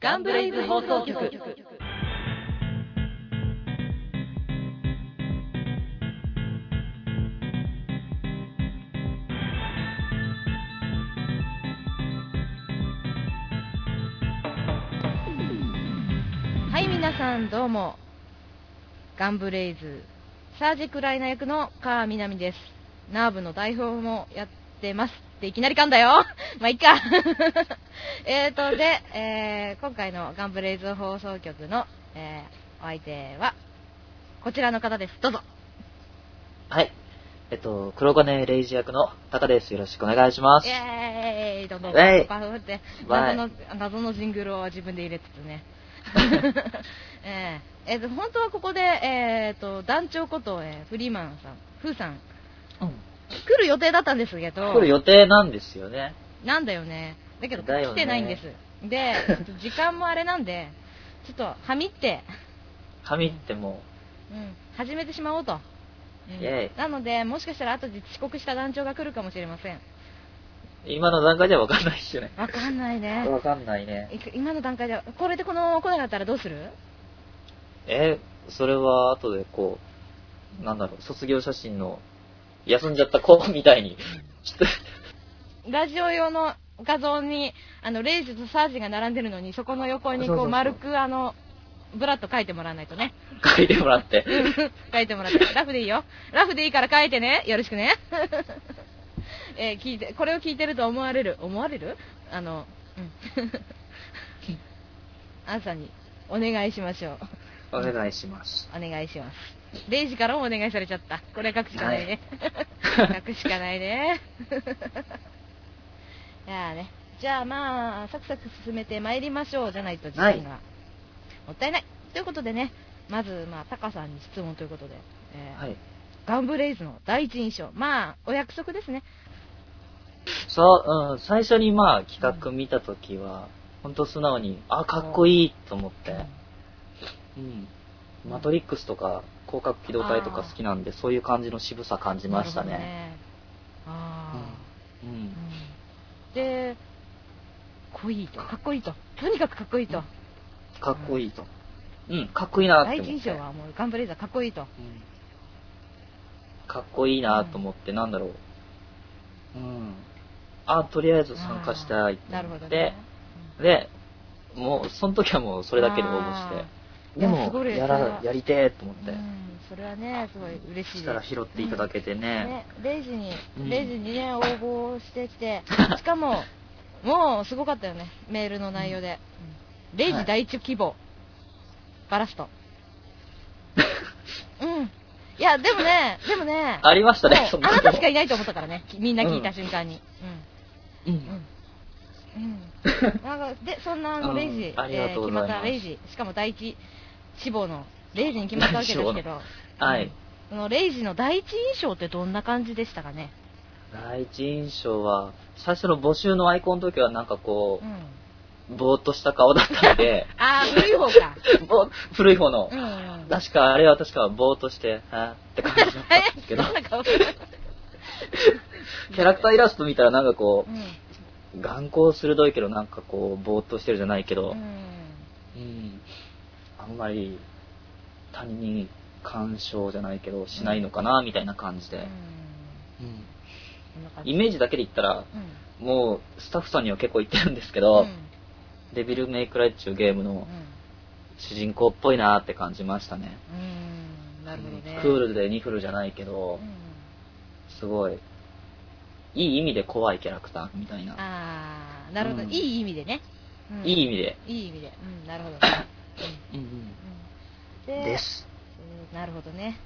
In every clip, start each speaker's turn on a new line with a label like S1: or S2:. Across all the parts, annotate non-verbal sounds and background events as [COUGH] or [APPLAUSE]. S1: ガンブレイブ放送局。はい、皆さんどうも。ガンブレイズ、サージクライナ役の川みなみです。ナーブの代表もやってます。っていきなり噛んだよ。 [LAUGHS] まあ、いっか。えーと、で、えー今回のガンブレイズ放送局の、えーお相手は、こちらの方です。どうぞ。
S2: はい。えっと、黒金レイジ役のタカです。よろしくお願いします
S1: イ。エーイどんどん
S2: イェーイ
S1: パフって
S2: わ
S1: 謎
S2: い
S1: の謎のジングルを自分で入れつつ
S2: [LAUGHS]
S1: ねえーえーと本当はここで、えー、と団長こと、えーフリーマンさん、フーさん、来る予定だったんですけど
S2: 来、る予定なんですよね。
S1: なんだよね、だけど
S2: だよね
S1: 来てないんです、で
S2: [LAUGHS]
S1: 時間もあれなんで、ちょっとはみって、
S2: 紙っても
S1: うん、始めてしまおうと、うん
S2: イェイ
S1: なので、もしかしたら後で遅刻した団長が来るかもしれません、
S2: う、今の段階では分かんないっすよね。
S1: わかんないね。
S2: 分かんないね。
S1: いく今の段階ではこれでこの来なかったらどうする
S2: え、それは後でこう、なんだろう、卒業写真の、休んじゃった子みたいに、 [LAUGHS] ちょっ
S1: ラジオ用の画像にあのレイジとサージが並んでるのにそこの横にこ
S2: そううそうそう
S1: 丸くあのブラッと書いてもらわないとね
S2: と書いてもらって。
S1: 書いてもらってラフでいいよラフでいいから書いてねよろしくね、 [LAUGHS] えー聞いてこれを聞いてると思われる思われるあのうん [LAUGHS] アンさんにお願いしましょう
S2: お願いします。
S1: お願いします。レイジからもお願いされちゃった。これは書くしかないね。 [LAUGHS] 書くしかないね。 [LAUGHS] いやあね。じゃあまあ、サクサク進めてまいりましょう。じゃないと時間が、
S2: はい
S1: もったいない。ということでね、まず、まあ、タカさんに質問ということで、えー
S2: はい。
S1: ガンブレイズの第一印象。まあ、お約束ですね。
S2: さあ、うん、最初にまあ企画見たときは、ほんと素直に、あ、かっこいいと思って。うん。マトリックスとか、広角機動隊とか好きなんで、そういう感じの渋さ感じました
S1: なるほど
S2: ね。
S1: あ
S2: う
S1: あ。
S2: ん。
S1: で、かっこいいと。かっこいいと。とにかくかっこいいと。
S2: かっこいいと。うん、かっこいいなって
S1: 第
S2: 思っ
S1: 一
S2: て。
S1: 印象はもうガンブレイザーかっこいいと。
S2: うんかっこいいなと思って、なんだろう。うん。あ、とりあえず参加したいって
S1: なる
S2: 思
S1: ほ
S2: っ
S1: ど、
S2: て
S1: ね、、
S2: で、もう、その時はもうそれだけで応募し
S1: あ
S2: て。
S1: ー
S2: で
S1: いやす
S2: も
S1: ご、い
S2: や
S1: それは
S2: ら、やりてえと思っ
S1: う
S2: て。
S1: ん、それはねすごい嬉しい
S2: そ
S1: で
S2: し
S1: す
S2: たら拾っていただけてね。
S1: ね0時に
S2: うん
S1: 0時にね応募してき
S2: [LAUGHS]
S1: てしかももうすごかったよねメールの内容で、うん、0
S2: は
S1: 時
S2: い
S1: 第一希望、バラス
S2: [LAUGHS]
S1: トうんいやでもねでもね
S2: ありましたね、
S1: もう
S2: そん
S1: あ
S2: こ
S1: な
S2: と
S1: たしかいないと思ったからねきみんな聞いた瞬間に
S2: うん
S1: うん、うんなんかでそんなあの
S2: うん
S1: 0時、
S2: ありがとうございます
S1: えー決まった0時しかも第一志望の0時に決まったわけですけど
S2: はい。
S1: そのレイジの第一印象ってどんな感じでしたかね。
S2: 第一印象は、最初の募集のアイコンの時はなんかこ
S1: うん、
S2: う、ぼーっとした顔だったん [LAUGHS] で、
S1: ああ、古い方か。
S2: ぼー古い方の
S1: う、ん。
S2: 確か、あれは確かぼーっとして、 [LAUGHS] はーって感じだったんですけど、
S1: なんか、
S2: キャラクターイラスト見たらなんかこ
S1: う
S2: う、
S1: ん。
S2: 眼光鋭いけどなんかこう、ぼーっとしてるじゃないけ
S1: う
S2: ど、
S1: ん
S2: うん、あんまり他人に干渉じゃないけど、しないのかな、みたいな感じ
S1: う
S2: で
S1: ん。
S2: うん
S1: そんな感じ
S2: イメージだけで言ったら、
S1: う
S2: もう、スタッフさんには結構言ってるんですけ
S1: ん。う
S2: ど、
S1: ん
S2: デビルメイクライっていうゲームの
S1: う
S2: 主人公っぽいなーって感じましたね。
S1: ん。うん。なるほどね。
S2: クールでニフルじゃないけ
S1: う
S2: ど、
S1: ん。
S2: すごい、いい意味で怖いキャラクターみたいな。
S1: ああ、なるほど。
S2: うん
S1: いい意味でね。うん
S2: いい意味で。
S1: いい意味で。うん、なるほど。うん
S2: で。す。
S1: うんなるほどね。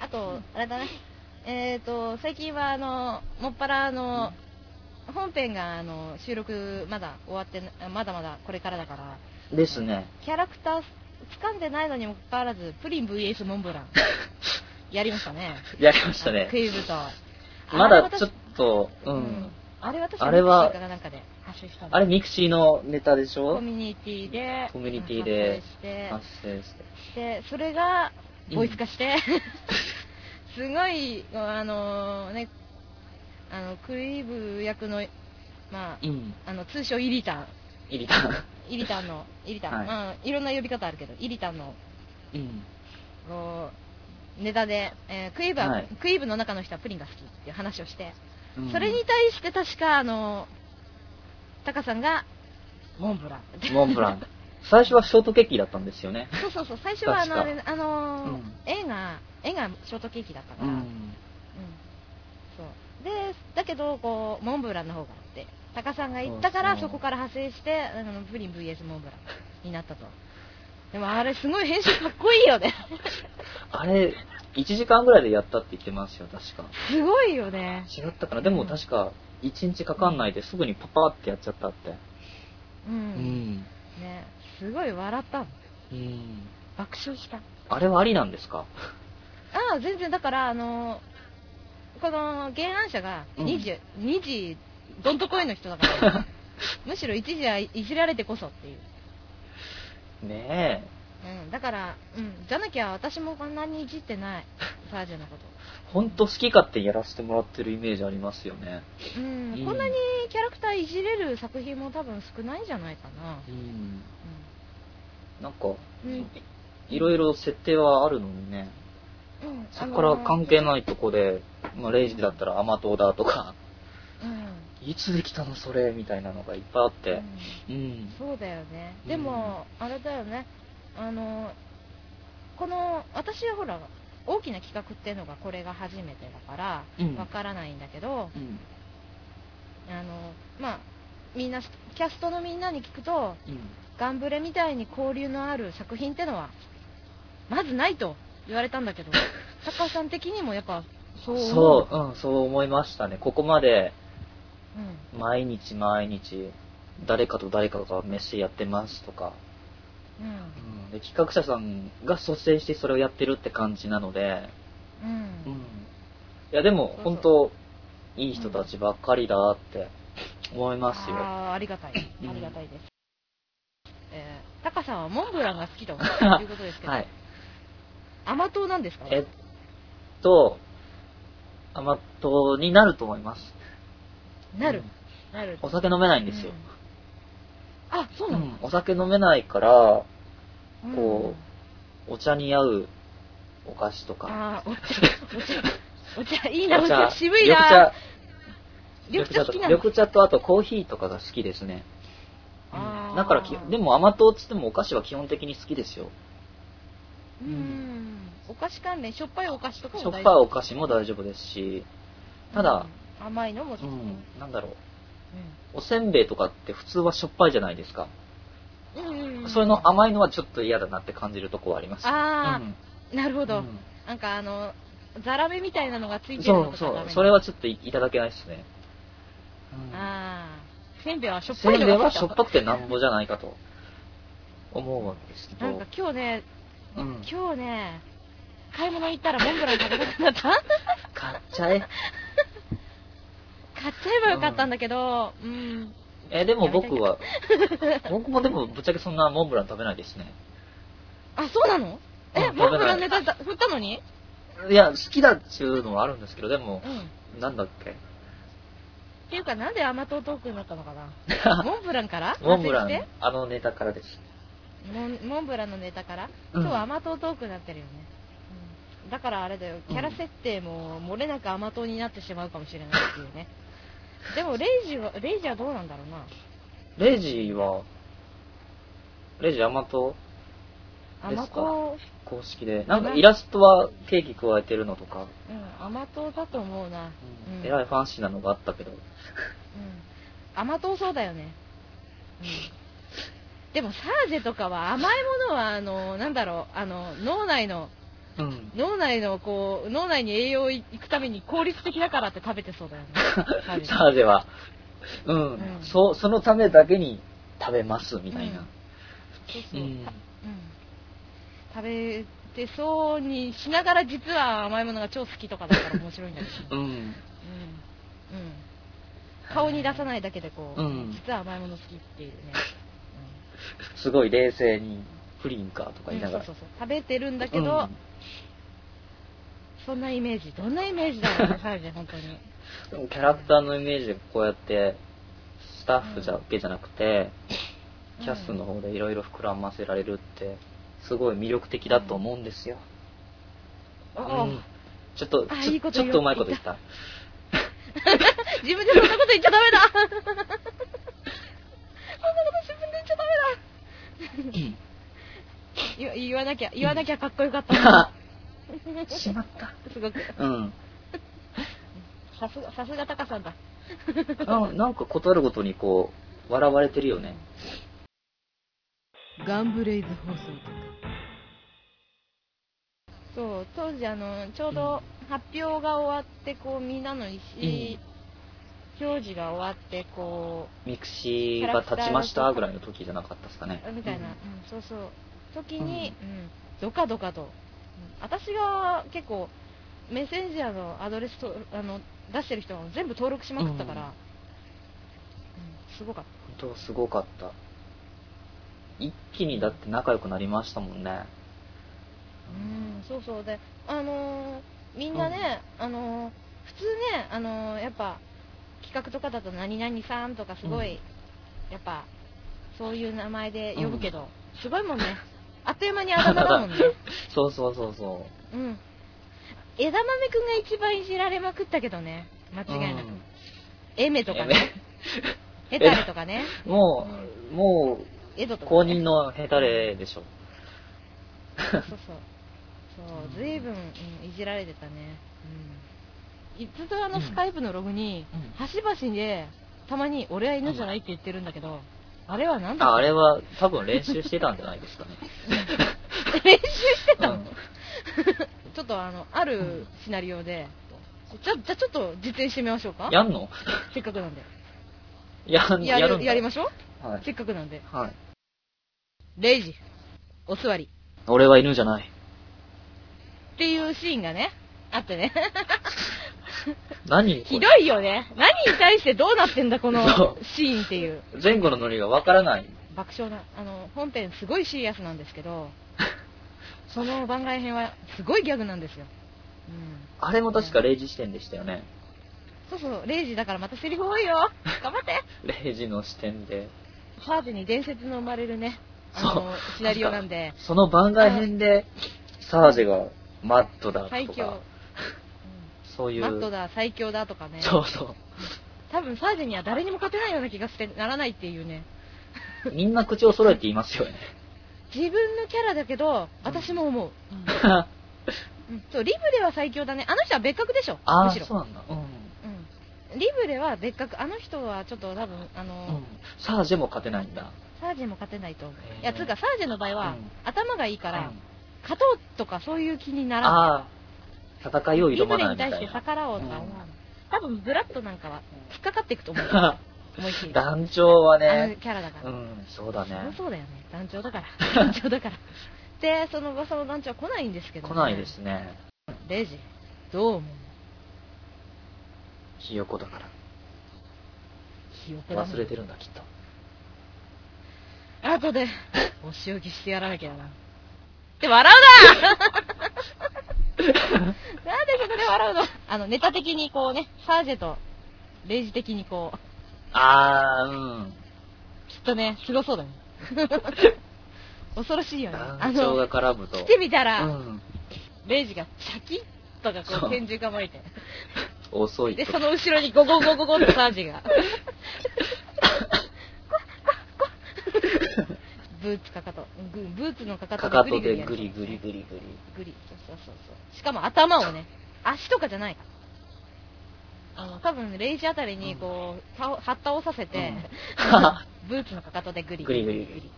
S1: あと、あれだね。えっ、と、最近は、あの、もっぱら、あの、本編が、あの、収録、まだ終わってな、まだまだこれからだから、
S2: ですね。
S1: キャラクター、掴んでないのにもかかわらず、プリン VS モ
S2: [LAUGHS]
S1: ンブラン、やりましたね。
S2: やりました
S1: あのク
S2: ね。
S1: イズと。
S2: まだちょっ
S1: と、
S2: と、う
S1: うんん。。あれ私、
S2: あれは
S1: ミクシィかなんかで発信したの
S2: あれ、ミクシーのネタでし
S1: コ
S2: ょ
S1: ミュニティで、
S2: コミュニティで
S1: 発生して
S2: 発生して。
S1: でそれがボイス化して、すごいあのねあのクリーブ役のまあ
S2: うん。
S1: あの通称イリちゃん
S2: 入りた。
S1: イリタンの、イリタン、
S2: は
S1: うん、いろんな呼び方あるけど、イリタンの、
S2: うん。
S1: こう、ネタで、えークイーブは、
S2: はい
S1: クイーブの中の人はプリンが好きっていう話をして、
S2: うん
S1: それに、対して確か、あの、タカさんが、モンブランって。
S2: モンブラン。最初はショートケーキだったんですよね。
S1: そうそうそう、最初はあの、あ
S2: 確
S1: れあのー
S2: うん
S1: 絵が、絵がショートケーキだったか
S2: う
S1: ら、うん
S2: ん。
S1: そう。で、だけど、こう、モンブランの方があって、タカさんが言ったから、
S2: そうそ
S1: そうこから派生して、あのプリン VS モンブランになったと。でもあれすごい編集かっこいいよね。
S2: あれ、1時間ぐらいでやったって言ってますよ、確か。
S1: すごいよね。
S2: 違ったかな。でも確か、1日かかんないですぐにパパってやっちゃったって。
S1: うん。
S2: うん。
S1: ね、すごい笑ったもん。
S2: うん。
S1: 爆笑した。
S2: あれはありなんですか
S1: ああ、全然、だから、あのーこの原案者が
S2: うん
S1: 2時、2時、どんとこいの人だ [LAUGHS] から、むしろ1時はいいじられてこそっていう。
S2: ねえ。
S1: うん、だから、うん、じゃなきゃ私もこんなにいじってない、サージュのこ
S2: ほんと好き勝手やらせてもらってるイメージありますよね。
S1: と。うん、
S2: うん
S1: こんなにキャラクターいじれる作品も多分少ないんじゃないかな。
S2: うん。なんか、
S1: うん。うん
S2: いろいろ設定はあるのにね。
S1: うん
S2: そこから関係ないとこで、まあ、レイジだったら甘党だとか、
S1: あのー
S2: いつできたのそれみたいなのがいっぱいあっ
S1: うん。
S2: て。うん。
S1: そうだよね
S2: うん
S1: でも、あれだよねあのこの私はほら大きな企画っていうのがこれが初めてだから
S2: うん
S1: わからないんだけど、
S2: うん。
S1: あのまあみんなキャストのみんなに聞くと
S2: うん。
S1: ガンブレみたいに交流のある作品ってのはまずないと言われたん
S2: [LAUGHS]
S1: だけど高橋さん的にもやっぱそう思
S2: そう、うん、そう思いましたね。ここまで、
S1: うん、
S2: 毎日毎日、誰かと誰かが飯やってますとか、
S1: う
S2: うん、で企画者さんが率先してそれをやってるって感じなので、
S1: ん
S2: う
S1: うんん、
S2: いや、でも
S1: そう、そう
S2: 本当いい人たちばっかりだって思いますよ。
S1: あーありがたい、
S2: うん
S1: ありがたいです。えー、タカさんはモンブランが好きということですけど、
S2: はい。
S1: 甘党なんですか
S2: えっと、甘党になると思います。
S1: なる
S2: うん、
S1: なる。
S2: お酒飲めないんですよ。
S1: うん。あ、そう
S2: う
S1: なんの、
S2: お酒飲めないから、
S1: うん
S2: こお茶に合うお菓子とか。
S1: あーお茶、
S2: [LAUGHS]
S1: お茶、お茶、いいな、お
S2: お
S1: 茶、
S2: 茶、
S1: 渋い
S2: 緑
S1: な
S2: 茶。、
S1: 緑茶好きなの
S2: 緑茶とあとコーヒーとかが好きですね。
S1: あ
S2: う
S1: ー
S2: んだからき、でも甘党っつってもお菓子は基本的に好きですよ。
S1: うん。お菓子関連、しょっぱいお菓子とかも
S2: しょっ
S1: 大好き
S2: ぱいお菓子も大丈夫ですし、ただ、
S1: うん甘いのも好き。
S2: う
S1: うん
S2: ん、なんだろう。おせんべいとかって普通はしょっぱいじゃないですか。
S1: うん
S2: それの甘いのはちょっと嫌だなって感じるとこはあります。
S1: ああ、なるほ
S2: う
S1: ど、
S2: ん
S1: なんかあの、ザラメみたいなのがついてる
S2: そ
S1: のと
S2: う
S1: かダメな
S2: そ
S1: の
S2: う、それはちょっといいただけないですね。うん
S1: ああ、せんべいはしょっ
S2: せ
S1: ぱ
S2: ん
S1: いの
S2: べい
S1: が
S2: はしょっぱ
S1: く
S2: くてなんぼじゃないかと思うわけですけ
S1: なん
S2: ど
S1: か、今日ね、
S2: うん、
S1: 今日ね、買い物行ったらモンブラン食べたくなった [LAUGHS]
S2: 買っちゃえ。
S1: 買っちゃえばよかったんだけど、うん。
S2: え、でも僕は、
S1: [LAUGHS]
S2: 僕もでもぶっちゃけそんなモンブラン食べないですね。
S1: あ、そうなのえ、
S2: うん
S1: モンブ
S2: 食
S1: ラ
S2: べない
S1: ンネタ振ったのに
S2: いや、好きだっちゅうのはあるんですけど、でも
S1: う、ん。っ
S2: なんだっけ。
S1: ていうか、なんで甘党トークになったのか
S2: [LAUGHS]
S1: なモンブランから
S2: モンブラ
S1: 発生
S2: ン
S1: し、
S2: あのネタからです。
S1: てモンモンブランのネタから
S2: うん
S1: 今日甘党トークになってるよね。うんだからあれだよ、キャラ設定も漏れなく甘党になってしまうかもしれないっ
S2: [LAUGHS]
S1: ていうね。でも、レイジは、レイジはどうなんだろうな。
S2: レイジは、レイジ甘党で
S1: 甘
S2: すか
S1: 党、
S2: 公式で。なんかイラストはケーキ加えてるのとか、
S1: うん、甘党だと思うな。うん
S2: えらいファンシーなのがあったけど。
S1: うん甘党そうだよね、うん、でもサージェとかは甘いものはあのなんだろうあの脳内の
S2: うん。
S1: 脳内のこう脳内に栄養いくために効率的だからって食べてそうだよね
S2: [LAUGHS]
S1: サージェ
S2: サージェは、うん、
S1: うん
S2: そ、そのためだけに食べます、みたいな。
S1: そう
S2: う
S1: そう、うん
S2: ん。
S1: 食べてそうにしながら実は甘いものが超好きとかだから面白いんだけど、
S2: うん。
S1: うんうん、顔に出さないだけでこう、
S2: うん
S1: 実は甘いもの好きっていうね、うん
S2: すごい冷静に、プリンかとか言いながら。
S1: そうそうそう食べてるんだけど、
S2: うん
S1: そんなイメージどんなイメージだろうねサージェ本当に
S2: でもキャラクターのイメージでこうやってスタッフだけじゃなくて、キャスの方でいろいろ膨らませられるって、すごい魅力的だと思うんですよ。
S1: お
S2: う
S1: お
S2: ん。ちょっと、
S1: あ
S2: ち
S1: い
S2: ょ
S1: いこと
S2: ちょっ
S1: 言う
S2: とうまいこと言った。
S1: 自分でそんなこと言っちゃダメだ
S2: [LAUGHS]
S1: こんなこと自分で言っちゃダ [LAUGHS] メだ言言わなきゃ言わなきゃかっこよかった [LAUGHS] な
S2: [LAUGHS] しまった。
S1: すごく
S2: うん。
S1: さすがさすがタカさんだ
S2: ななんか断るごとにこう、笑われてるよね。
S3: ガンブレイズ放送局
S1: そう当時あのちょうど発表が終わってこうみんなの石、表示が終わってこ
S2: ミクシーが立ちましたぐらいの時じゃなかったですかね
S1: う。みたいな、うんそうそう時に、うんドカドカと、うん私が結構メッセンジャーのアドレスとあの出してる人は全部登録しまくったから、
S2: うん
S1: うんすごかっ
S2: 本当すごかった。一気にだって仲良くなりましたもんね。
S1: た、うん、そうそうであのーみんなね、あのー普通ねあのーやっぱ企画とかだと何々さんとかすごい、やっぱそういう名前で呼ぶけど、すごいもんねあっという間にあだ名だ
S2: [LAUGHS]
S1: もんね
S2: そうそうそうそ
S1: うん。枝豆くんが一番いじられまくったけどね。間
S2: う。
S1: 違いなく。
S2: うん
S1: エメとかね。
S2: エメ
S1: ヘタレとかね。
S2: [LAUGHS] もう、も
S1: エド
S2: う、
S1: と
S2: 公
S1: か、ね。
S2: 認のヘタレでしょ。
S1: そうそう。そう、ずいぶん、うんいじられてたね。うん。いずっとあ
S2: う
S1: の
S2: ん
S1: スカイプのログに、端々で、たまに俺は犬じゃないって言ってるんだけど、あれは何だ
S2: あ
S1: っ
S2: あれは多分練習してたんじゃないですかね。
S1: て練習してたの、
S2: うん
S1: [LAUGHS] ちょっとあの、あるシナリオで、ちょ、じゃあちょっと実演してみましょうか
S2: やんの
S1: せっかくなんで。
S2: やん、
S1: や
S2: やるん
S1: る、
S2: だ
S1: やりましょう
S2: はい。
S1: せっかくなんで。
S2: はい。
S1: 0時、お座り。
S2: 俺は犬じゃない。
S1: っていうシーンがね、あって [LAUGHS] ね。
S2: 何これ
S1: ひどいよね。何に対してどうなってんだ、この
S2: そ
S1: シーンっていう。
S2: 前後のノリがわからない。
S1: 爆笑な、あの、本編すごいシリアスなんですけど、 [LAUGHS] その番外編はすごいギャグなんですよ。うん。
S2: あれも確か0時視点でしたよね。
S1: そうそう、0時だからまたセリフ多い
S2: [LAUGHS]
S1: よ。頑張って。
S2: 0時の視点で。
S1: ファーズに伝説の生まれるね、あ
S2: そ
S1: の
S2: う、
S1: シナリオなんで、
S2: その番外編で、サージェがマットだ
S1: 最
S2: と
S1: 強
S2: か、、そういう。
S1: マットだ、最強だとかね。
S2: そうそ
S1: 多分サージには誰にも勝てないような気がしてならないっていうね。
S2: う。みんな口を揃えて言いますよね。
S1: 自分のキャラだけど、私も思う。
S2: あ
S1: うんそう、リブレは最強だね。あの人は別格でしょ。
S2: [LAUGHS] あ
S1: むし
S2: ー、
S1: ろ。
S2: そうなんだ。うん。
S1: うん。リブレは別格。あの人はちょっと多分、あの、
S2: うん。サージェも勝てないんだ。
S1: サージェも勝てないと思う。
S2: へー
S1: いや、つうか、サージェの場合は、
S2: うん
S1: 頭がいいから、
S2: うん
S1: 勝とうとかそういう気にならない。
S2: ああ、戦いを
S1: リ
S2: 挑
S1: ブ
S2: ま
S1: レ
S2: ないみ
S1: に
S2: た
S1: 対
S2: い
S1: して
S2: な。
S1: 逆らおうとは思わない。多分、ブラッドなんかは、突っかかっていくと思う。思いっきり。
S2: [LAUGHS]
S1: あ
S2: 団長は
S1: の
S2: ね、
S1: キャラだから。
S2: うん、そうだね。
S1: そうだよね。団長
S2: [LAUGHS]
S1: だから。団長だから。で、その噂の団長は来ないんですけど、
S2: 来ないで。すね。
S1: レジ、どう思う
S2: ひよこだから。
S1: ひよこだね
S2: 忘れてるんだ、きっと。
S1: 後で、お仕置きしてやらなきゃな。って笑うななんでそこで笑うのあの、ネタ的にこうね、サージェと、レイジ的にこう、
S2: ああ、うん。
S1: きっとね、凄そうだね。恐ろしいよね。あ
S2: 団長
S1: の、
S2: が絡むと。
S1: 来てみたら、
S2: うん。
S1: レイジがシャキッとかこ
S2: そう
S1: う、拳銃構えて。
S2: 遅い
S1: で、
S2: と
S1: そ。の後ろにゴゴゴゴゴってサー
S2: [LAUGHS]
S1: ジが。ブーツかかと、ぐブーツのかかと
S2: かか
S1: で
S2: と
S1: グリ
S2: で
S1: グリやる
S2: グリグリグリグリ。
S1: ぐりそうそうそうそうしかも頭をね足とかじゃないあの多分レイジあたりにこう、たおはったをさせて、ブーツのかかとでグリ
S2: グリグリグリ
S1: って、うん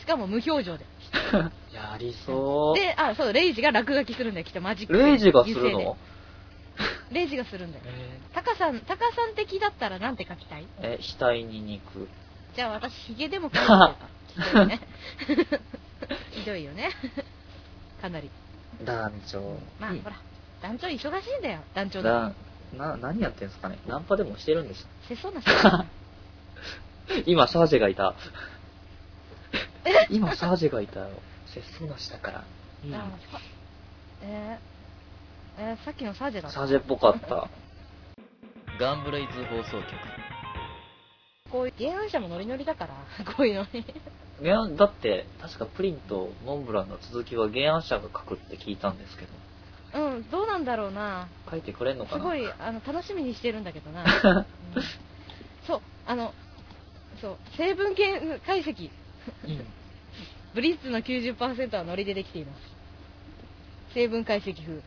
S1: しかも無表情で
S2: [LAUGHS] やりそう。
S1: であそうレイジが落書きするんだよきっとマジックで
S2: レイジがする
S1: 油性で
S2: の
S1: レイジがするんだよ
S2: え
S1: タカさんタカさん的だったらなんて書きたい
S2: ーえ、額に肉。
S1: じゃあ私ヒゲでも描いてみ
S2: [LAUGHS]
S1: ようかひどいね [LAUGHS] ひどいよねかなり
S2: 団長。
S1: まあ、ほら団長忙しいんだよ団長だから
S2: な、な、何やってんすかねナンパでもしてるんですか
S1: せそうな人だな
S2: [LAUGHS] 今、サージェがい
S1: [LAUGHS]
S2: た。今、サージェがいたよ。節操なしだから。うん
S1: あさえーえーさっきのサージェだった
S2: サージェっぽかった。
S4: ガンブレイズ放送局
S1: こういう原案者もノリノリだから、 [LAUGHS] こういうのね。
S2: 原案だって確かプリンとモンブランの続きは原案者が書くって聞いたんですけど
S1: うん、どうなんだろうな。
S2: 書いてくれんのか
S1: す
S2: な
S1: ごいあの楽しみにしてるんだけどな、うんそうあのそう成分系解析
S2: うん
S1: ブリッツの90%はノリでできています成分解析風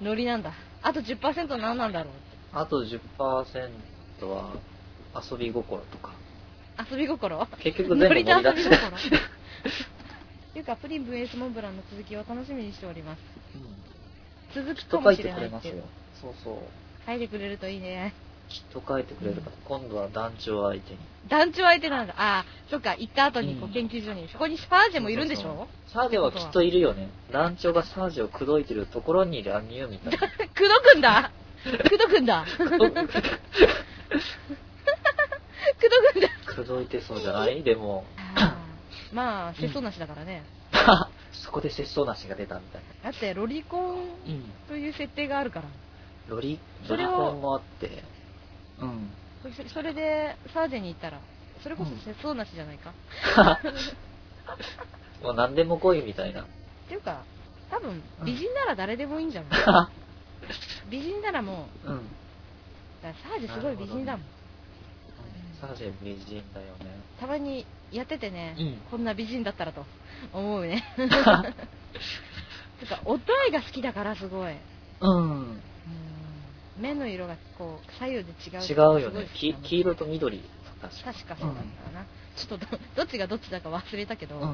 S1: ノリなんだあと10%何なんだろう
S2: あと10%は遊び心とか
S1: 遊び心 [LAUGHS]
S2: 結局全
S1: ノ
S2: 部
S1: リ
S2: 盛り
S1: と遊び
S2: だくさん、
S1: 心っていうかプリン VS モンブランの続きを楽しみにしております
S2: うん
S1: 続
S2: き
S1: き
S2: っ
S1: か
S2: と書
S1: も
S2: い
S1: して
S2: く
S1: れない
S2: れ
S1: っ
S2: ます
S1: てい
S2: よ
S1: う
S2: そうそう
S1: 書いてくれるといいね
S2: きっと書いてくれるから、今度は団長相手に
S1: 団長相手なんだああそっか行った後にこ
S2: う
S1: うん研究所に、そこにスパージェもいるんでしょ
S2: そうそうサージェはきっといるよね団長がサージェを口説いてるところに乱入み
S1: [LAUGHS]
S2: たいな
S1: くどくんだくどくんだくどくんだ
S2: 口説いてそうじゃないでも [LAUGHS]
S1: [LAUGHS] まあ、せそうなしだからね。
S2: そこで節操なしが出たみたい
S1: だって、ロリコン
S2: なうん
S1: という設定があるから。
S2: ロリ
S1: そ
S2: ロリ
S1: れを
S2: コンもあってうん
S1: そそれで、サージェに行ったら、それこそせそうなしじゃないか。っ
S2: もう何でも来いみたいな
S1: ていうか、多分
S2: う、ん
S1: 美人なら誰でもいいんじゃない、 [LAUGHS] 美人ならも
S2: [LAUGHS] うん
S1: う、だからサージェすごい美人だもん。
S2: サージェ美人だよね
S1: たまにやっててね、
S2: うん
S1: こんな美人だったらと思
S2: [LAUGHS]
S1: うね。てか、音合いが好きだから、すごい。
S2: うん
S1: うん目の色がこう左右で違う
S2: 違うよね
S1: すごい
S2: き
S1: 好
S2: 黄
S1: きなの
S2: 色と緑確か
S1: 確かそうだったかな、ちょっとど [LAUGHS] どっちがどっちだか忘れたけど、う
S2: うん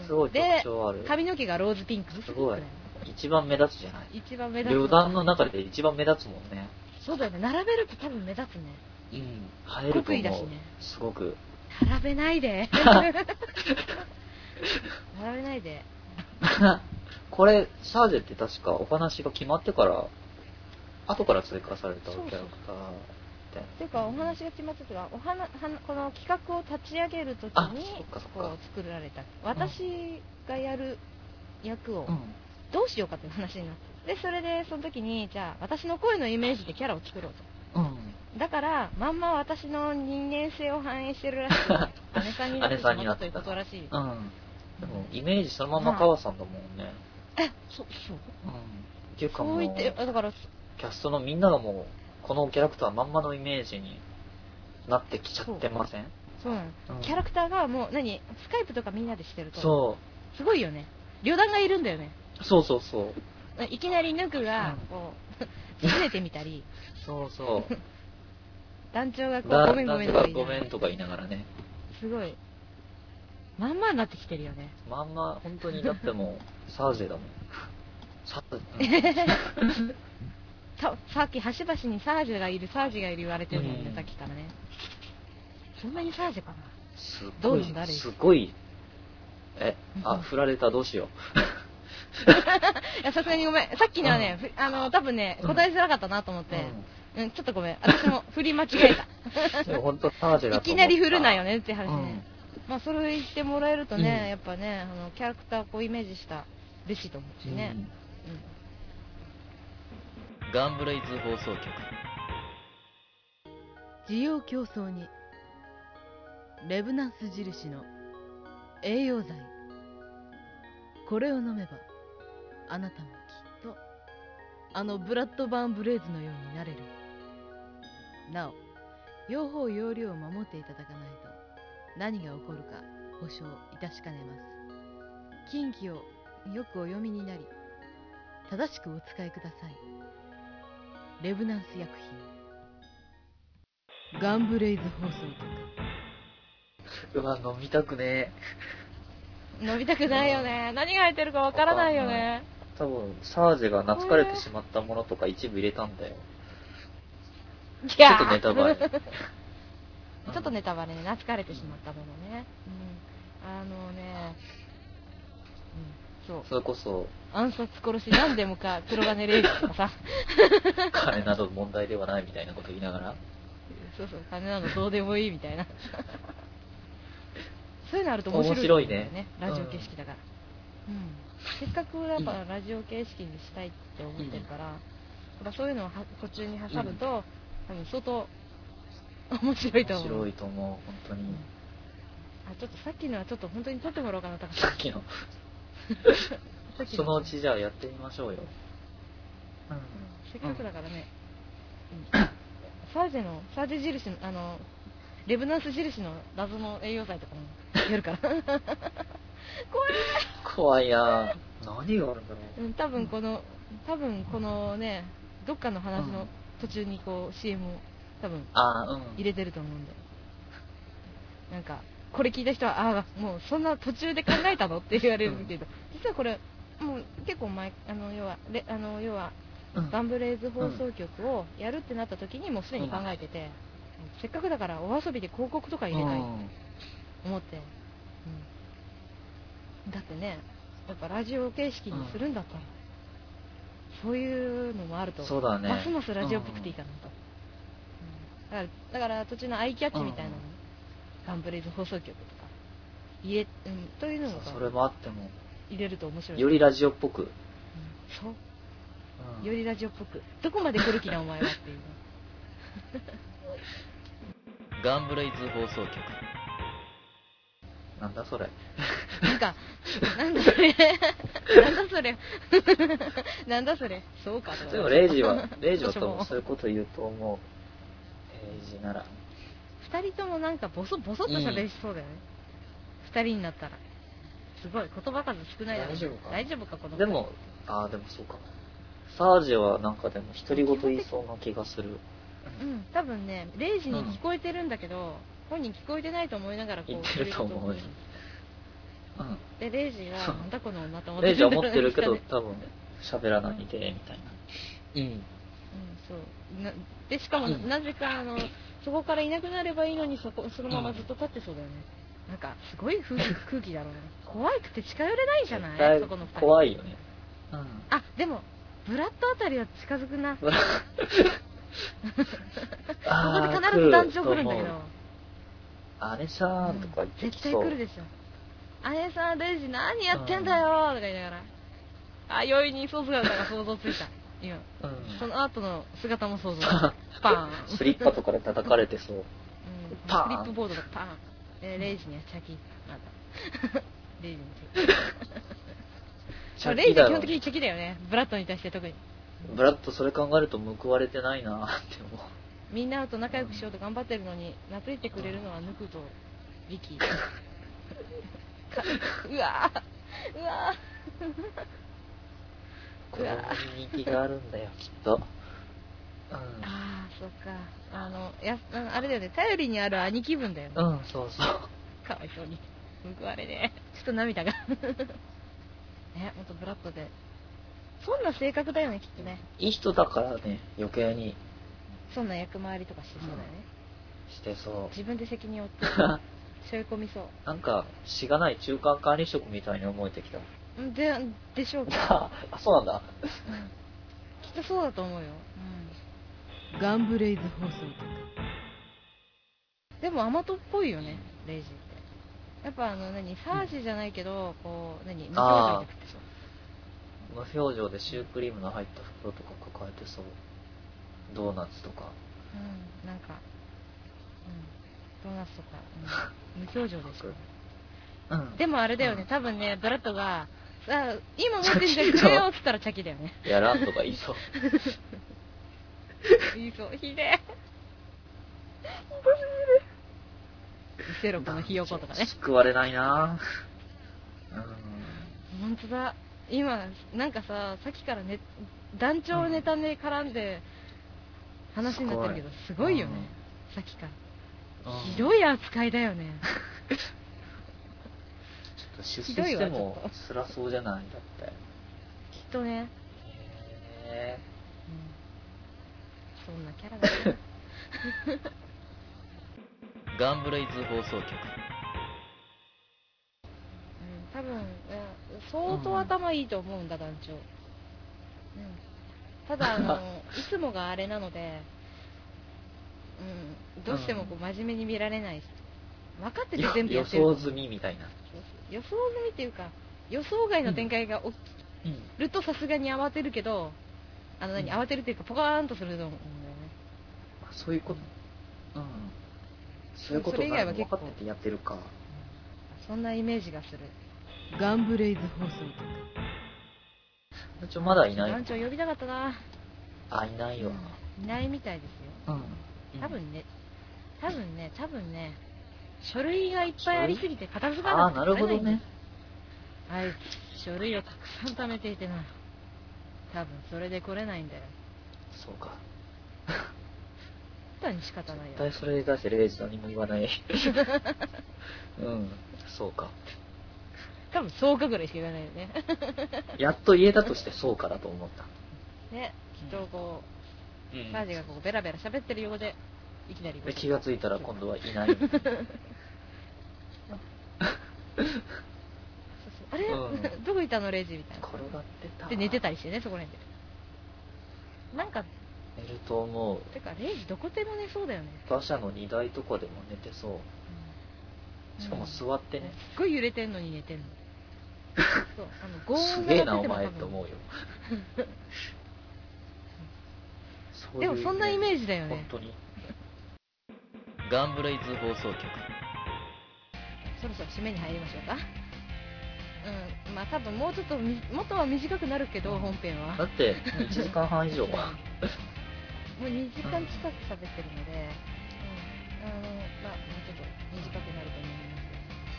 S1: ん
S2: すごい特
S1: で
S2: 徴ある
S1: 髪の毛がローズピンク
S2: すごい一番目立つじゃない
S1: 一番目立つ
S2: 旅団の中で一番目立つもんね
S1: そうだよね並べると多分目立つね
S2: うん映えると
S1: 得意だし
S2: 思う
S1: ね
S2: すごく
S1: 並べない [LAUGHS] で並べないで
S2: これサージェって確かお話が決まってから後から追加されたキャラクターみたいな
S1: ていうかお話が決まってたらおはなはなこの企画を立ち上げるとき
S2: あ
S1: に
S2: そっかそっか
S1: こう作られた私がやる役を
S2: うん
S1: どうしようかという話になってでそれでその時にじゃあ私の声のイメージでキャラを作ろうと
S2: う
S1: だからまんま私の人間性を反映してるらしく
S2: [LAUGHS]
S1: 姉さんになってしまったということらしい
S2: んうんでもイメージそのまま川さんだもんね
S1: えそそう
S2: うんっていうか
S1: そう
S2: もう
S1: 言ってあだから
S2: キャストのみんながもうこのキャラクターまんまのイメージになってきちゃってません
S1: そうなの、
S2: うん
S1: キャラクターがもう何スカイプとかみんなでしてると
S2: そ
S1: すごいよね旅団がいるんだよね
S2: うそうそうそう
S1: いきなりヌクがこう [LAUGHS] 拗ねてみたり
S2: そうそう
S1: 団長がこ
S2: だ
S1: うごめんごめん
S2: なん
S1: と
S2: と
S1: か
S2: か
S1: 言
S2: ご
S1: [LAUGHS]
S2: めんとか言
S1: いながら
S2: いながらね
S1: すごいまんまになってきてるよね
S2: まんま本当にだっても
S1: [LAUGHS]
S2: うサージェだもんサージェ
S1: ささっき端々にサージェがいるサージェがいる言われてるもんね、
S2: うん
S1: さっきからねそんなにサージェかな
S2: す
S1: ど
S2: ご
S1: う
S2: い
S1: なんだあれ
S2: すごいえ
S1: う
S2: あ
S1: ん
S2: 振られたどうしよ
S1: いやさすがにごめんさっきのはね、ふあの多分ね
S2: うん
S1: 答えづらかったなと思っ
S2: う、
S1: て、うんちょっとごめん私も振り間違え
S2: うん、でも本当サージェだ
S1: た [LAUGHS] い
S2: と
S1: き
S2: 思った
S1: なり振るなよ
S2: ね
S1: ねって話ね、まあそれを言ってもらえるとね、やっぱねあのキャラクターをこうイメージした嬉しいと思うしね、
S2: ガンブレイズ放送局
S3: 需要競争にレブナンス印の栄養剤これを飲めばあなたもきっとあのブラッドバーンブレイズのようになれるなお用法用量を守っていただかないと何が起こるか保証いたしかねます近畿をよくお読みになり正しくお使いくださいレブナンス薬品ガンブレイズ放送局
S2: うわ飲みたくねえ
S1: 飲みたくないよね、何が入ってるかわからないよね
S2: 多分サージェが懐かれてしまったものとか一部入れたんだよ、
S1: い
S2: ちょっとネタバレ
S1: [LAUGHS] ちょっとネタバレね、懐かれてしまったものね。うん。あのね、うん、そう。
S2: それこそ
S1: 暗殺殺し何でもか、黒金レイジとかさ、
S2: 金など問題ではないみたいなこと言いながら
S1: そうそう、金なのどうでもいいみた
S2: [LAUGHS]
S1: いな。そういうのあると面白い,、
S2: 面白いね
S1: ラジオ形式だから。うん。せっかくやっぱラジオ形式にしたいって思ってるから、やっぱそういうのをは途中に挟むと、多分相当面白いと
S2: 面
S1: 思う
S2: 白いと思う、本当に。
S1: あちょっとさっきのはちょっと本当に撮ってもらおうかな高橋
S2: さっきの、
S1: さっき
S2: そのうちじゃあやってみましょうよ。うん。
S1: せっかくだからね、サージェのサージェ印のあのレブナンス印の謎の栄養剤とかもやるから
S2: 怖いなぁ。何があるんだろ
S1: うん多分この多分このねどっかの話
S2: う
S1: の
S2: ん
S1: 途中にこう CM を多分
S2: う。ああ、うん。
S1: 入れてると思うんでなんかこれ聞いた人はああもうそんな途中で考えたのって言われるけど、実はこれもう結構前あの要はレあの要は
S2: うん
S1: ガンブレイズ放送局をやるってなった時にもうすでに考えてて、せっかくだからお遊びで広告とか入れたいと
S2: うん
S1: 思って、うんだってねやっぱラジオ形式にするんだったら、そういうのもあると
S2: そうだね。
S1: ますますラジオっぽくていいかなと、うんだからだから途中のアイキャッチみたいなのも、ガンブレイズ放送局とか入れ、うん、というのも
S2: そうそれもあっても、
S1: 入れると面白い
S2: よりラジオっぽく。
S1: そう
S2: うん
S1: よりラジオっぽくどこまで来る気だお前はっていう
S4: ガンブレイズ放送局
S2: なんだそれ。
S1: な
S2: [LAUGHS]
S1: んか、なんだそれ。なんだそれ。 [LAUGHS] なんだそれ。そうかと
S2: でも
S1: か。
S2: レイジ
S1: [LAUGHS]
S2: は、レイジは
S1: 私
S2: 多
S1: も
S2: 分そういうこと言うと思う。レイジなら。
S1: 二人ともなんかボソボソっと喋りそうだよね。二、人になったら。すごい、言葉数少ないだろ
S2: 大丈夫か
S1: 大丈夫か、この。
S2: でも、ああ、でもそうか。サージはなんかでも独り言言いそうな気がする。
S1: うん、多分ね、0時に聞こえてるんだけど、本人聞こえてないと思いながらこう
S2: 言ってると思うよ。う
S1: で、0時は、なんだこの女と
S2: ん。
S1: 思って
S2: レイジは持ってるけ
S1: [LAUGHS] う
S2: ど
S1: ん、
S2: 多分喋らないで、みたいな。うん。
S1: そう。なで、しかも、
S2: うん
S1: なぜか、あの、そこからいなくなればいいのに、そこ、そのままずっと立ってそうだよね。なんか、すごい空気空気だろうね。怖くて近寄れないじゃ
S2: 絶
S1: ない
S2: 対
S1: そこの二人。
S2: 怖いよね。 [LAUGHS] うん。
S1: あ、でも、ブラッドあたりは近づくな。ここで
S2: あー
S1: 必ず団長来るんだけ
S2: 来
S1: ど
S2: と思う。あれさーとか言ってき
S1: 絶対
S2: そう。
S1: 来るでしょ。あれさ、レイジ何やってんだよとか言いながら。あ、容易にそう姿が想像ついた。今、その後の姿も想像。パーン。
S2: うん。スリッパとかで叩かれて [LAUGHS] そう。
S1: うん
S2: パーン
S1: フリップボードがパーン、えーレイジにはチャキまた [LAUGHS] レイジにチャキレイジは基本的にチャキだよねブラッドに対して特に
S2: ブラッドそれ考えると報われてないなーって思う。
S1: みんなと仲良くしようと頑張ってるのに懐いてくれるのはヌクとビ
S2: [LAUGHS]
S1: キかうわーうわ
S2: [LAUGHS] 子供に人気があるんだよ、きっと。
S1: ーあーそっかあのやすあれだよね頼りにある兄貴分だよね
S2: うん。うん、そうそう。 [LAUGHS]
S1: かわいそうに報われねえちょっと
S3: [LAUGHS]
S1: 涙がねもっとブラッドでそんな性格だよねきっとね
S2: いい人だからね、余計に
S1: そんな役回りとかしてそうだよね、
S2: してそ。
S1: 自分で責任を
S3: [LAUGHS]
S1: 負って背負い込みそう
S2: なんか、しがない中間管理職みたいに思えてき
S1: [LAUGHS]
S2: た。
S1: うででしょうか
S2: あ、そうなんだ。
S1: きっとそうだと思うよ、
S3: ガンブレイズ放送局
S1: うん、でもアマトっぽいよねレイジってやっぱあの何サージじゃないけど、こう何無表情で食ってそう
S2: 無表情でシュークリームの入った袋とか抱えてそう。ドーナツとか。
S1: うんなんか、うん、ドーナツとか、うん [LAUGHS] 無表情でしょ
S2: うん。
S1: でもあれだよね多分ねブラッドがさあ今持ってんじゃんくれよっつったらチャキだよね
S2: やらんとか言い
S1: [LAUGHS]
S2: そう。
S1: いいそう [LAUGHS] ひでえ見せろこのひよことかね
S2: 救われないなぁ。うん。
S1: 本当だ今なんかささっきから、ね、団長ネタで絡んで話になってるけどすごいよね、さっきから
S2: うん。
S1: ひ
S2: ちょ
S1: どい扱いだよね
S2: っと出世しても
S1: ひどいわちょっと
S2: 辛そうじゃないだって。
S1: [LAUGHS] [LAUGHS] きっとね、
S2: へ
S1: そんなキャラ
S2: [LAUGHS]
S1: だよね
S4: ガンブレイズ放送局
S1: うん多分、うん相当頭いいと思うんだ団長、うん、ただあの
S2: [LAUGHS]
S1: いつもがあれなので、うん、どうしてもこう真面目に見られない分かって
S2: ぇ
S1: て
S2: ー。
S1: 全部
S2: 予
S1: やってると
S2: 想
S1: 思う
S2: 済みみたいな。
S1: 予想済みっていうか予想外の展開が起き
S2: うん。
S1: るとさすがに慌てるけどあの何、
S2: うん
S1: 慌てるっていうかポカーンとすると思うんだよね
S2: あそういうことうんそういうこと
S1: それ以外は
S2: が分
S1: 結
S2: か
S1: 構
S2: っててやってるか
S1: そんなイメージがする
S3: ガンブレイズ放送局
S2: 団長まだいない
S1: 団長呼びたかったな
S2: あいないわ
S1: いないみたいですよ
S2: うん
S1: 多分ね多分ね多分ね書類がいっぱいありすぎて片付かなくて
S2: あーなるほどね
S1: 取れないんですあいつ書類をたくさん貯めていてな多分それで来れないんだよ
S2: そうか
S1: 本当に仕方ない
S2: 絶
S1: よ
S2: 対それに対してレイジ何も言わない
S1: [LAUGHS]
S2: うんそうか
S1: 多分10日ぐらいしか言わないよね [LAUGHS]
S2: やっと言えたとしてそうかだと思った
S1: ねきっとこ
S2: う
S1: うサージがこうベラベラ喋ってる横でいきなり
S2: で気がついたら今度はいないうん
S1: そうそうあれ、
S2: う
S1: [LAUGHS] どこいたのレイジみたいな
S2: 転がってた
S1: で寝てたりしてねそこら辺でなんか
S2: 寝ると思う
S1: てかレイジどこでも寝そうだよね
S2: 馬車の荷台とかでも寝てそうしかも座ってね、
S1: すっごい揺れてんのに寝てんのそうあのゴ
S2: す
S1: ー
S2: げえ
S1: ンが
S2: なお
S1: 鳴ってても
S2: 前
S1: 多
S2: と
S1: 分
S2: 思うよそうい
S1: で
S2: う
S1: もそんなイメージだよ
S2: 本
S1: ね
S2: 当に
S4: ガンブレイズ放送局
S1: そろそろ締めに入りましょうかうんまあ多分もうちょっとみ元は短くなるけど本編は
S2: だって1時間半以上は
S1: もう2時間近く喋ってるので、うん、あのまあもうちょっと短くなると思います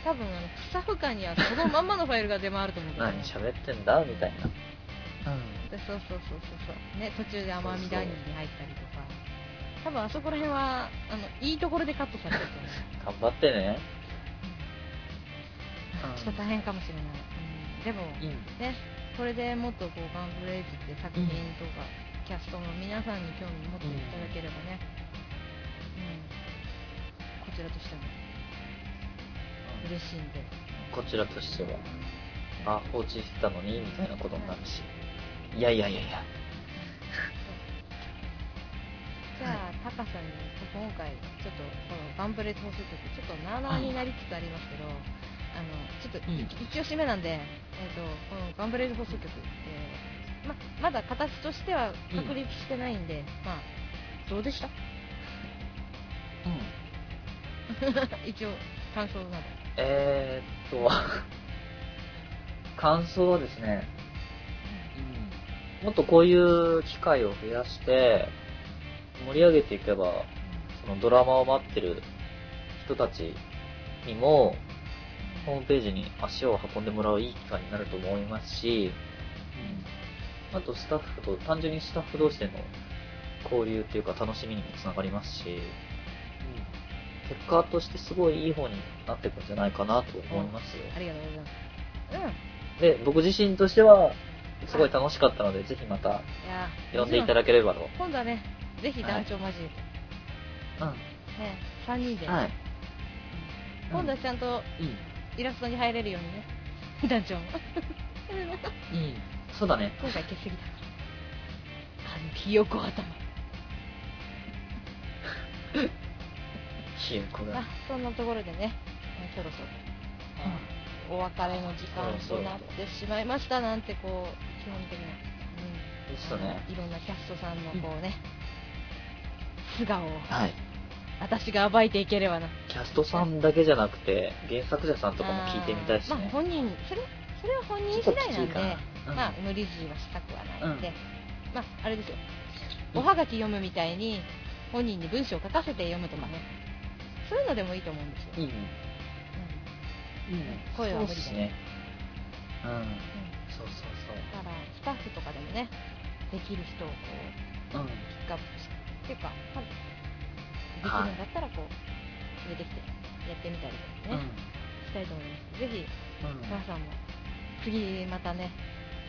S1: 多分あのスタッフ間にはそのまんまのファイルが出回ると思うんだよ
S2: [LAUGHS] 何
S1: ね
S2: 喋ってんだみたいなうん
S1: でそうそうそうそうそうね途中で甘みダニーに入ったりとか多分あそこら辺はあのいいところでカットされてると思う
S2: 頑張ってね
S1: ちょっと大変かもしれない、うん、でも
S2: うん
S1: ねこれでもっとこうガンブレイズって作品とか、キャストの皆さんに興味持っていただければね、うんこちらとしても嬉しいんで
S2: こちらとしてはあ放置してたのにみたいなことになるしいやいやいやいや
S1: じゃあ、タカさんに今回ちょっとこのガンブレイズ放送局ちょっとなーなーになりつつありますけど、あのちょっと、
S2: うん
S1: 一応締めなんで、えー、とこのガンブレイズ放送局、えーままだ形としては確立してないんで、まあどうでした
S2: うん
S1: [LAUGHS] 一応感想など
S2: えー、っと、 [LAUGHS] 感想はですね、もっとこういう機会を増やして、盛り上げていけば、そのドラマを待ってる人たちにも、ホームページに足を運んでもらういい機会になると思いますし、あとスタッフと、単純にスタッフ同士での交流っていうか楽しみにもつながりますし、結果としてすごいいい方になっていくんじゃないかなと思いますよ。
S1: ありがとうございます。うん。
S2: で、僕自身としては、すごい楽しかったので、ぜひまた
S1: いやー、
S2: 呼んでいた
S1: だ
S2: だければと。
S1: 今度はね、ぜひ団長交え
S2: う
S1: て、
S2: ん。
S1: ね、3人で、
S2: はい。
S1: 今度はちゃんと
S2: うん。
S1: イラストに入れるようにね、 [LAUGHS] 団長も。
S2: うん。そうだね。
S1: 今回欠席だから。あのひよこ頭。
S2: ひよこが
S1: まあ。、そんなところでね、まあそろそろお別れの時間
S2: そろそ
S1: と
S2: ろ
S1: なってしまいましたなんて、こう、基本的な。うん
S2: ですね。
S1: いろんなキャストさんのこうね、素顔を
S2: はい。
S1: 私が暴いていければな。
S2: キャストさんだけじゃなくて、原作者さんとかも聞いてみたいし
S1: まあ、
S2: ね。
S1: 本人それそれは本人
S2: ちょっと
S1: 次第
S2: き
S1: な
S2: つい
S1: んで
S2: かなうん
S1: まあ、無理強いはしたくはないんで、
S2: うん
S1: まああれですよおはがき読むみたいに本人に文章を書かせて読むとかねそういうのでもいいと思うんですよ、
S2: うん。うん。
S1: 声は無理
S2: そ
S1: だね
S2: うっすね。うん。そうそう
S1: だからスタッフとかでもねできる人をこう
S2: そう。うん。
S1: ピックアップしてっていうか、まあ、できるんだったらこう連れてきてやってみたりとかね、したいと思いますぜひ
S2: うん。うん。
S1: 皆さんも次またね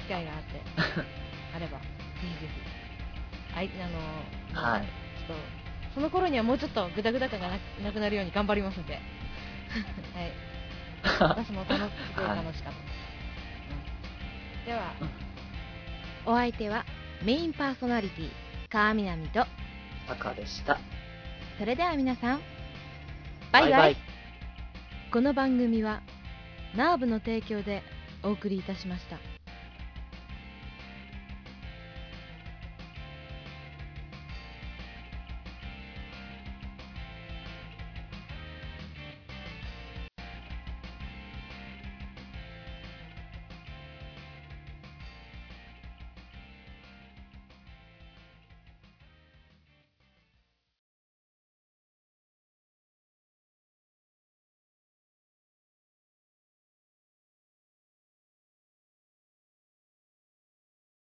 S1: 機会があって
S5: [LAUGHS]
S1: あればぜひぜひあいあの、
S2: はい。
S1: [LAUGHS] ちょっとその頃にはもうちょっとグダグダ感がななくなるように頑張りますんで [LAUGHS] はい私も楽しすごい楽しかったです、うんでは
S5: お相手はメインパーソナリティ川南と
S2: タカでした。
S5: それでは皆さんバイバイ
S3: この番組はナーブの提供でお送りいたしました